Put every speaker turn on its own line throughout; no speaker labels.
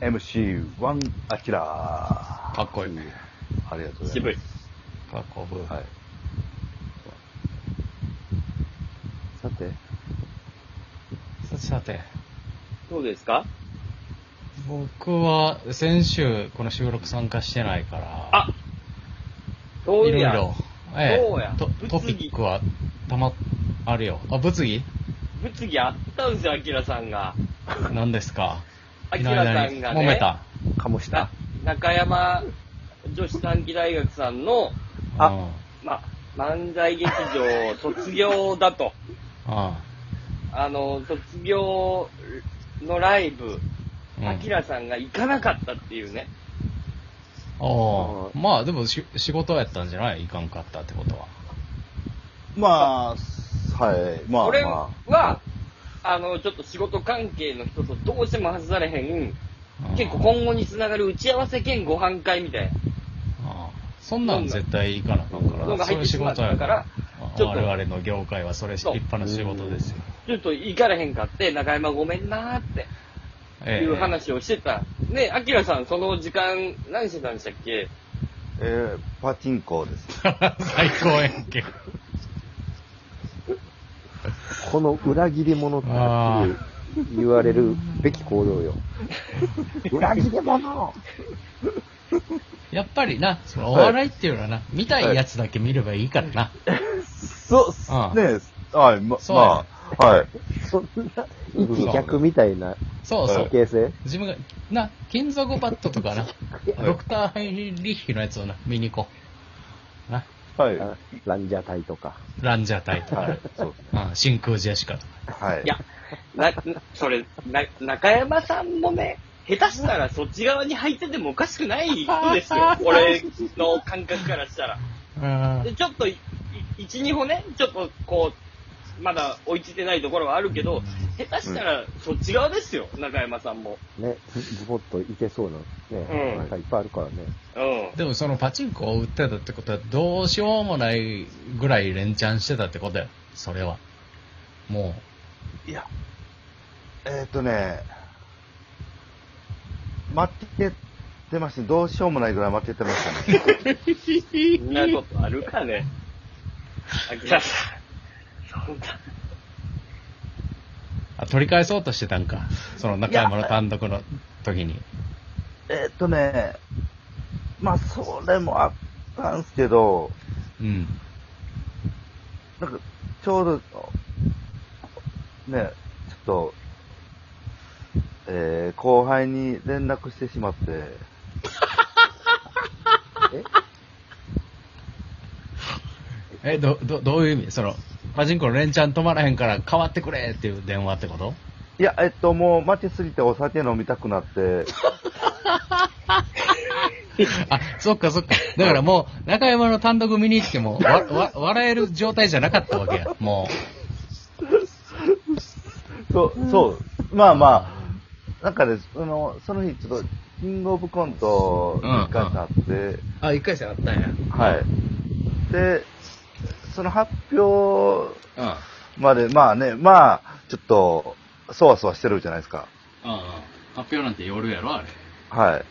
4MC1 アキラー。
かっこいい
ありがとうございます。
渋い。
かっこぶ
はい。さて、
ささて、
どうですか
僕は先週この収録参加してないから、
あそう
いろ
い
い
や。
ろ、え
そうや
え、とト
物議
ピックはたま、あるよ。あ、物 議
物議あったんですよ、アキラさんが。
何ですか
アキラさんがね
揉めた。
かもし
な
た。
中山女子短期大学さんの、
あ
うん、
ま、漫才劇場卒業だ と。
あ
あの、卒業のライブ、
うん
アキラさんが行かなかったっていうね。
ああまあでもし仕事やったんじゃないいかんかったってことは。
まあ、はい。まあ
これ
ま
は、あの、ちょっと仕事関係の人とどうしても外されへん、
うん
結構今後につながる打ち合わせ兼ご飯会みたいな。
ああそんなん絶対いかなあかんか
の
ら、
が
そう
入
い
っ
う
て
仕
しまっ
事
た
や
か
からら、
ちょっと
我々の業界はそれ立
そう
派な仕事ですよ。
ちょっと行かれへんかって、中山ごめんなーって。
ええ
いう話をしてた。ね、アキラさん、その時間、何してたんでしたっけ
あ、えー、パチンコです。
最高やんけ。
この裏切り者ってはっきり言われるべき行動よ。裏切り者
やっぱりな、そのお笑いっていうのはな、見たいやつだけ見ればいいからな。
そ、
ああ
ねえ、はい、ま、
そうや
まあ、はい。
そんな、一逆みたいな
そうそう。
形成
自分が、な、金属バットとかな、ドクター・ハイリッヒのやつをな、見に行こう。な、
はい。
あランジャタイとか。
ランジャタイとか、
はい。そうですね。
うん、真空ジェシカとか。
はい。
いや、な、なそれ、な、中山さんもね、下手したらそっち側に入っててもおかしくない人ですよ。俺の感覚からしたら。
うん
で、ちょっとい、い一、二歩ね、ちょっとこう、まだ追いついてないところはあるけど、下手したらそっち側ですよ、中山さんも。
ね、ズズボッといけそうな、ね、
うん
なんかいっぱいあるからね。
うん。
でもそのパチンコを売ってたってことは、どうしようもないぐらい連チャンしてたってことよ。それは。も
いや、えーっ、とね、待っててましたどうしようもないぐらい待っててましたね。
そんなことあるかね。アキラさん。そんな。
う、あ取り返そうとしてたんか。その中山の単独の時に。
えーっとね、まあ、それもあったんすけど、
うん。
なんか、ちょうど、ね、ちょっと、えー、後輩に連絡してしまって、
え、ど、ど、どういう意味その、パチンコの連チャン止まらへんから変わってくれっていう電話ってこと
いや、えっと、もう待ちすぎてお酒飲みたくな って、
あ、そっかそっか。だからもう、中山の単独見に行っても、わ、わ、笑える状態じゃなかったわけや。も
そう、そう、まあまあ、なんかね、その、その日ちょっと、キングオブコント、一回あって、
う。あ、一回戦あったんや。
はい。で、その発表
うん。うん
まで、まあね、まあ、ちょっと、そわそわしてるじゃないですか。
発表なんて夜やろ、あれ。
はい。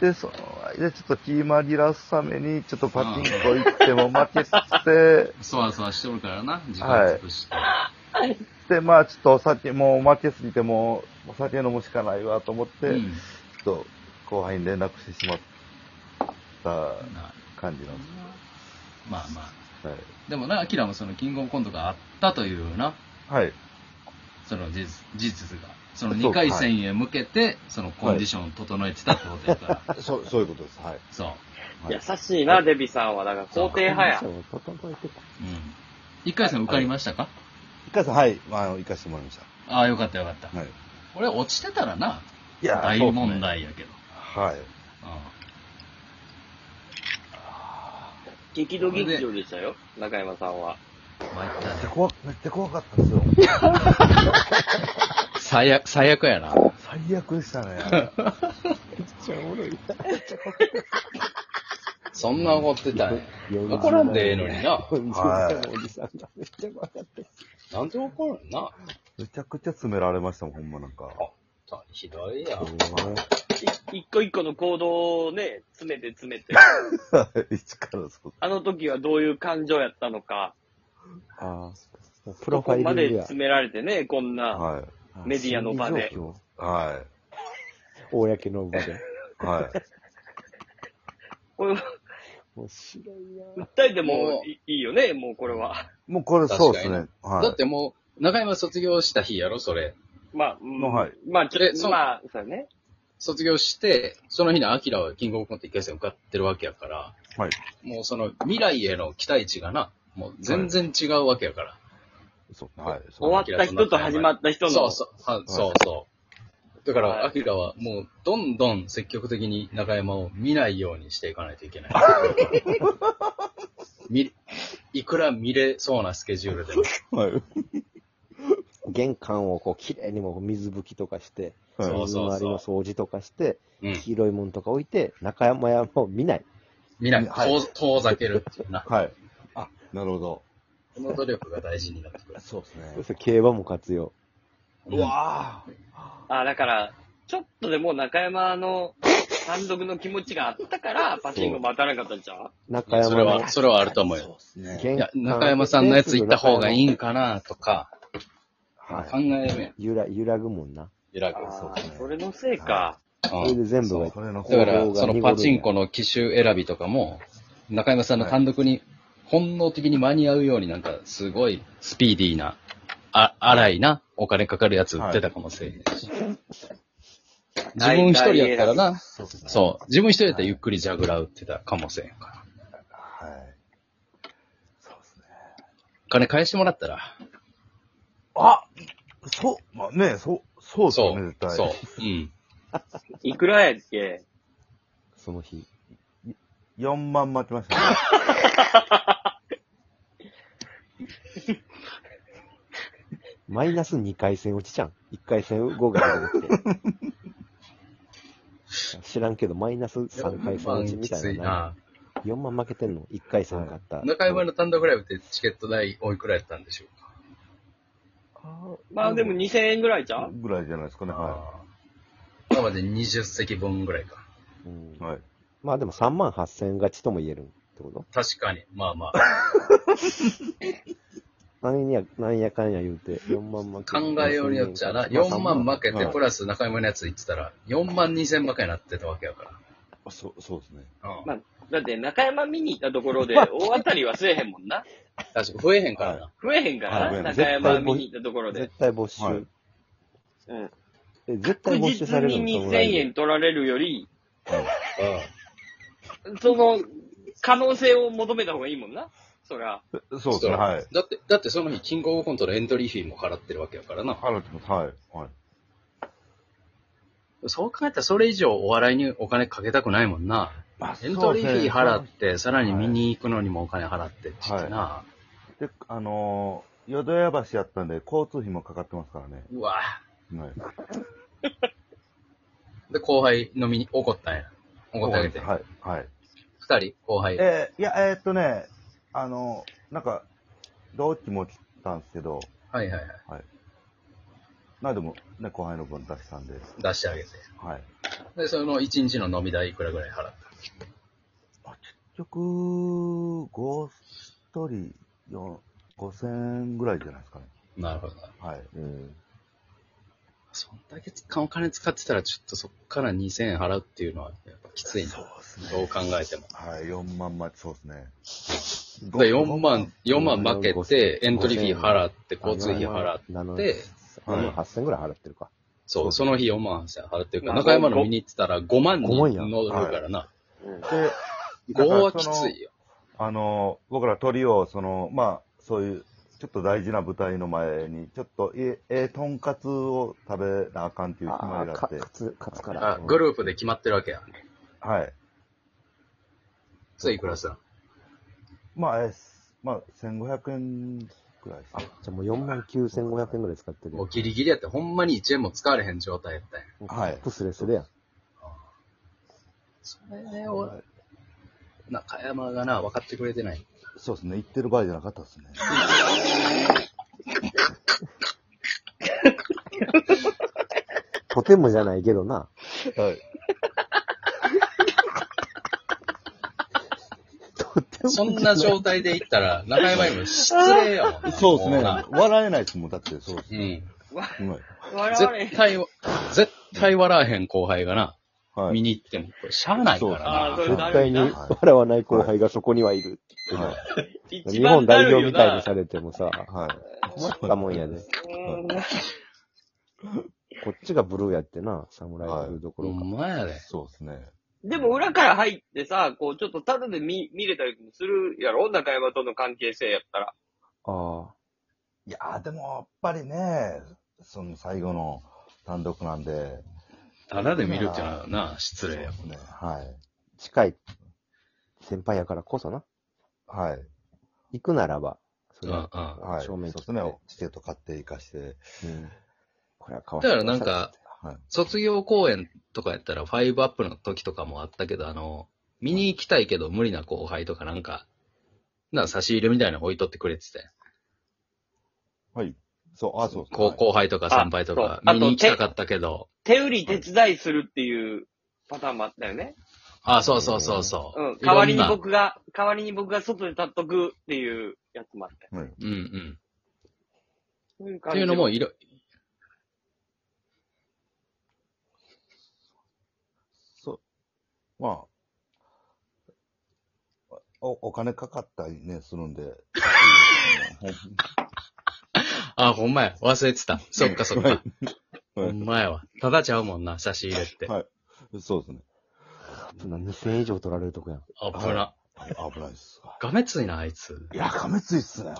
で、その、で、ちょっと気紛らすために、ちょっとパチンコ行っても負けて、
そわそわしておるからな、時
間
潰して。
で、まあ、ちょっとお酒、もう負けすぎて、もう、お酒飲むしかないわと思って、ちょっと、後輩に連絡してしまった感じなんで
まあまあ。
す。はい。
でもな、アキラもその、キングオブコントがあったというな、
はい。
その事実事実が。その
そう
2回戦へ向けて、そのコンディションを整えてたってことや から。
そう、そういうことです。はい。
そう。
はい
優しいな、デビさんは。だから、肯定派や
コ。ンディションを整えてこ
うん。1回戦受かりましたか、
一回さん、はい、まあ、行かせてもらいまし
ああ、よかったよかった。
た。はい。
俺落ちてたらな、
いや
大
そうっすね
問題やけど。
はい。
激怒劇場でしたよ、中山さん
う
は。
ん参ったね
怖めっちゃ怖かったですよ。
最悪、最悪やな。
最悪でしたね。
そんな怒ってたね。
40
怒らんでええのにな。
う。40代のおじさんがめっちゃ怖かった。
なんで怒るんな。
めちゃくちゃ詰められましたもん、ほんまなんか。
当にひどいよ。
うん
い一個一個の行動をね、詰めて詰めて、
一からそう。
あの時はどういう感情やったのか、
ああ、プロ
ここ
ファイ
ま
リン
で
グや。
詰められてね、こんな。
は
メディアの場で
心理状
い。は
況。公の場で。
い。はい。
これ
面白いな。
訴えてもいいいよね、もうこれは。
もうこれそうですね。はい。
だってもう、中山卒業した日やろ、それ。
まあ、うん
まあはい
まあ、ちょ
えそう
まあ、そうだね。
卒業して、その日のアキラはキングオブコント1回戦受かってるわけやから、
はい。
もうその未来への期待値がな、もう全然違うわけやから。
そう。はい。そう
終わった人と始まった人の。
そうそう、はそうそう。だか
はい
ら、アキラはもう、どんどん積極的に中山を見ないようにしていかないといけない。見いくら見れそうなスケジュールでも。
はい。
玄関をこう、綺麗にもう水拭きとかして、
はい
そうそ
水
うそう
回りの掃除とかして、
うん。
黄色いもんとか置いて、中山屋も見ない。
見ない。
はい
遠遠ざけるっていうな。
はい。あ、なるほど。
この努力が大事になってくる。
そうですね
そして競馬も活用。
うわぁ。
あ、だから、ちょっとでも中山の単独の気持ちがあったから、パチンコも当たらなかったんちゃう
中
それ
山の
は、それはあると思うよ。
ですね。
い
玄
や
関、
中山さんのやつ行った方がいいんかなとか、考
は
え
い。
めん。
揺ら、揺らぐもんな。
揺らぐ。
あ
うです
ー
ね
それのせいか。
うん
それで全部
そ
が
う、それの
だ
方
か
が。
ら、そのパチンコの機種選びとかも、中山さんの単独に本能的に間に合うようになんか、すごいスピーディーな、あ、荒いな、お金かかるやつ売ってたかもしれないし。自分一人やったらな、
そうですね。
そう、自分一人やったらゆっくりジャグラー売ってたかもしれんから。
はい。そうですね。
金返してもらったら、
あそう、まあね、そう、そうです
そ
よね、絶
う、
対。
そう、うん。
いくらやっけ
その日。
4万待ちましたね。
マイナス2回戦落ちちゃん。1回戦5が出 てきて。知らんけど、マイナス3回戦落ちみたいな。4万負けてんの ?1 回戦勝った。
中山の単独ライブってチケット代おいくらやったんでしょうか
まあでも2000円ぐらいじゃん
ぐらいじゃないですかね、は
あーなので20席分ぐらいか。
うん
い。はい。
まあでも3万8千勝ちとも言えるってこと
確かに。まあまあ。
なんや、なんやかんや言うて、4万負け
考えようによっちゃ な、4万負けて、プラス中山のやつ言ってたら、4万2千負けになってたわけやか
あそう、そうですね。
ら。うん。
まあ、だって中山見に行ったところで大当たりはせえへんもんな。
確か増えへんからな。
増えへんから
はい
な、中山見に行ったところで
絶。対没収。
はい
うん
え絶対
確
没収さ
実
れるの
に
その
2000
ライブ
円取られるより、
うん
その可能性を求めた方がいいもんな。そり ゃ。
えそうですね、はい。
だって、だってその日、キングオブコントのエントリーフィーも払ってるわけやからな。
払ってます。はい。はい。
そう考えたら、それ以上お笑いにお金かけたくないもんな。
まあ
エントリーフィー払
そう
っ
で
て、さらに見に行くのにもお金払ってって言ってな。
すねで、あのー、淀屋橋やったんで、交通費もかかってますからね。
うわ
はい。
で、後輩飲みに怒ったんや。怒ってあげて。
はい。はい。
二人、後輩。
えーいや、えーっとね、あのー、なんか、同期も来たんですけど、
はいはいはい。
まあでも、ね、後輩の分出したんで、
出してあげて。
はい。
で、その一日の飲み代いくらぐらい払った
結局、5、一人4、5000円ぐらいじゃないですかね。
なるほどな。
はい。
うん。
そんだけお金使ってたら、ちょっとそっから2000円払うっていうのは、やっぱきついな。
です
どう考えても。
はい、4万まで、そう ですね。
で4万、4万負けて、エントリーフィー払って、交通費払っ
7万
て、
7万8千ぐらい払ってるか。
そう、その日4万8000円払ってるから、
まあ
中山の見に行ってたら5万に
五万や
乗るからな。
で、
5はきついよ。
あの、僕ら鳥を、その、まあ、そういう、ちょっと大事な舞台の前に、ちょっと、え、え、とんかつを食べなあかんっていう決ま
ああ、
りがあ
か
って、
勝つ、勝つか
あ
ら。
グループで決まってるわけや。
はい。
それいくらさ。
まあ、えー、すまあ、1500円くらいですね。
じゃあもう4万9500円ぐらい使ってる
も
よ
う。ギリギリやって、ほんまに1円も使われへん状態やったんや。
はい
プスレスでやん。
それを、中山がな、分かってくれてない。
そうですね、行ってる場合じゃなかったですね。
とてもじゃないけどな。
はい。
とても。
そんな状態で行ったら、中山にも失礼やもんな。
そうです
も
ね。
な
笑えないですもん。だって、そうです。
うん。
うん
笑われへん
絶。対、絶対笑わへん後輩がな、
は
見
い。
に行っても、これしゃあないから
ああ、そ
な。
れ
絶
だる
対
い
に
な。
笑わない後輩がそこにはい る。
は
一
日
番
本
だ
代
る
表
いよ
みたい
な
に。されてもさ、
い。はい。
困ったもんやで。
うんな
こっちがブルーやってな、侍がいるとこ
ほ
ろか。
んまやで。
そうですね。
でも裏から入ってさ、こう、ちょっとタダで見、見れたりもするやろ中山との関係性やったら。
あ
いやーでも、やっぱりね、その最後の単独なんで。
ただで見るっていうのはな、
そ
失
う
礼や
で
もん。
すね。はい。
あ、近い先輩やからこそな。
はい。
行くならば、それ
うんうん。だか
は。
はい。
正面
そう
切
で
って
すね。チケット買って、行かして。
うん。これはかわ
らなんか、
はい。
卒業公演とかやったら、ファイブアップの時とかもあったけど、あの、見に行きたいけど無理な後輩とかなんか、なんか差し入れみたいなの置いとってくれてて。
はい。そう、あ、そうですね。
高後輩とか先輩とか、
あそう
見に行きたかったけど、
手売り手伝いするっていうパターンもあったよね。
あ、そうそうそうそう。
うん。代わり
い
に
ろんな。
僕が、代わりに僕が外で立っとくっていうやつもあったよ。
はい。
うんうん。
そういう
っ
感
て
じ
いうのも、いろ、
そう。まあ、お、お金かかったりね、するんで。
あ、ほんまや。忘れてた。そっかそっ
はい。はい
かほんまやわ。ただちゃうもんな、差し入れって。
はいそうですね。
そんな2000円以上取られるとこやん。
あ、ぶな。
はい危ないです。
がめついな、あいつ。
いや、かめついっすね。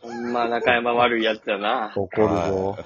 ほんま中山悪いやつだな。
怒るぞ。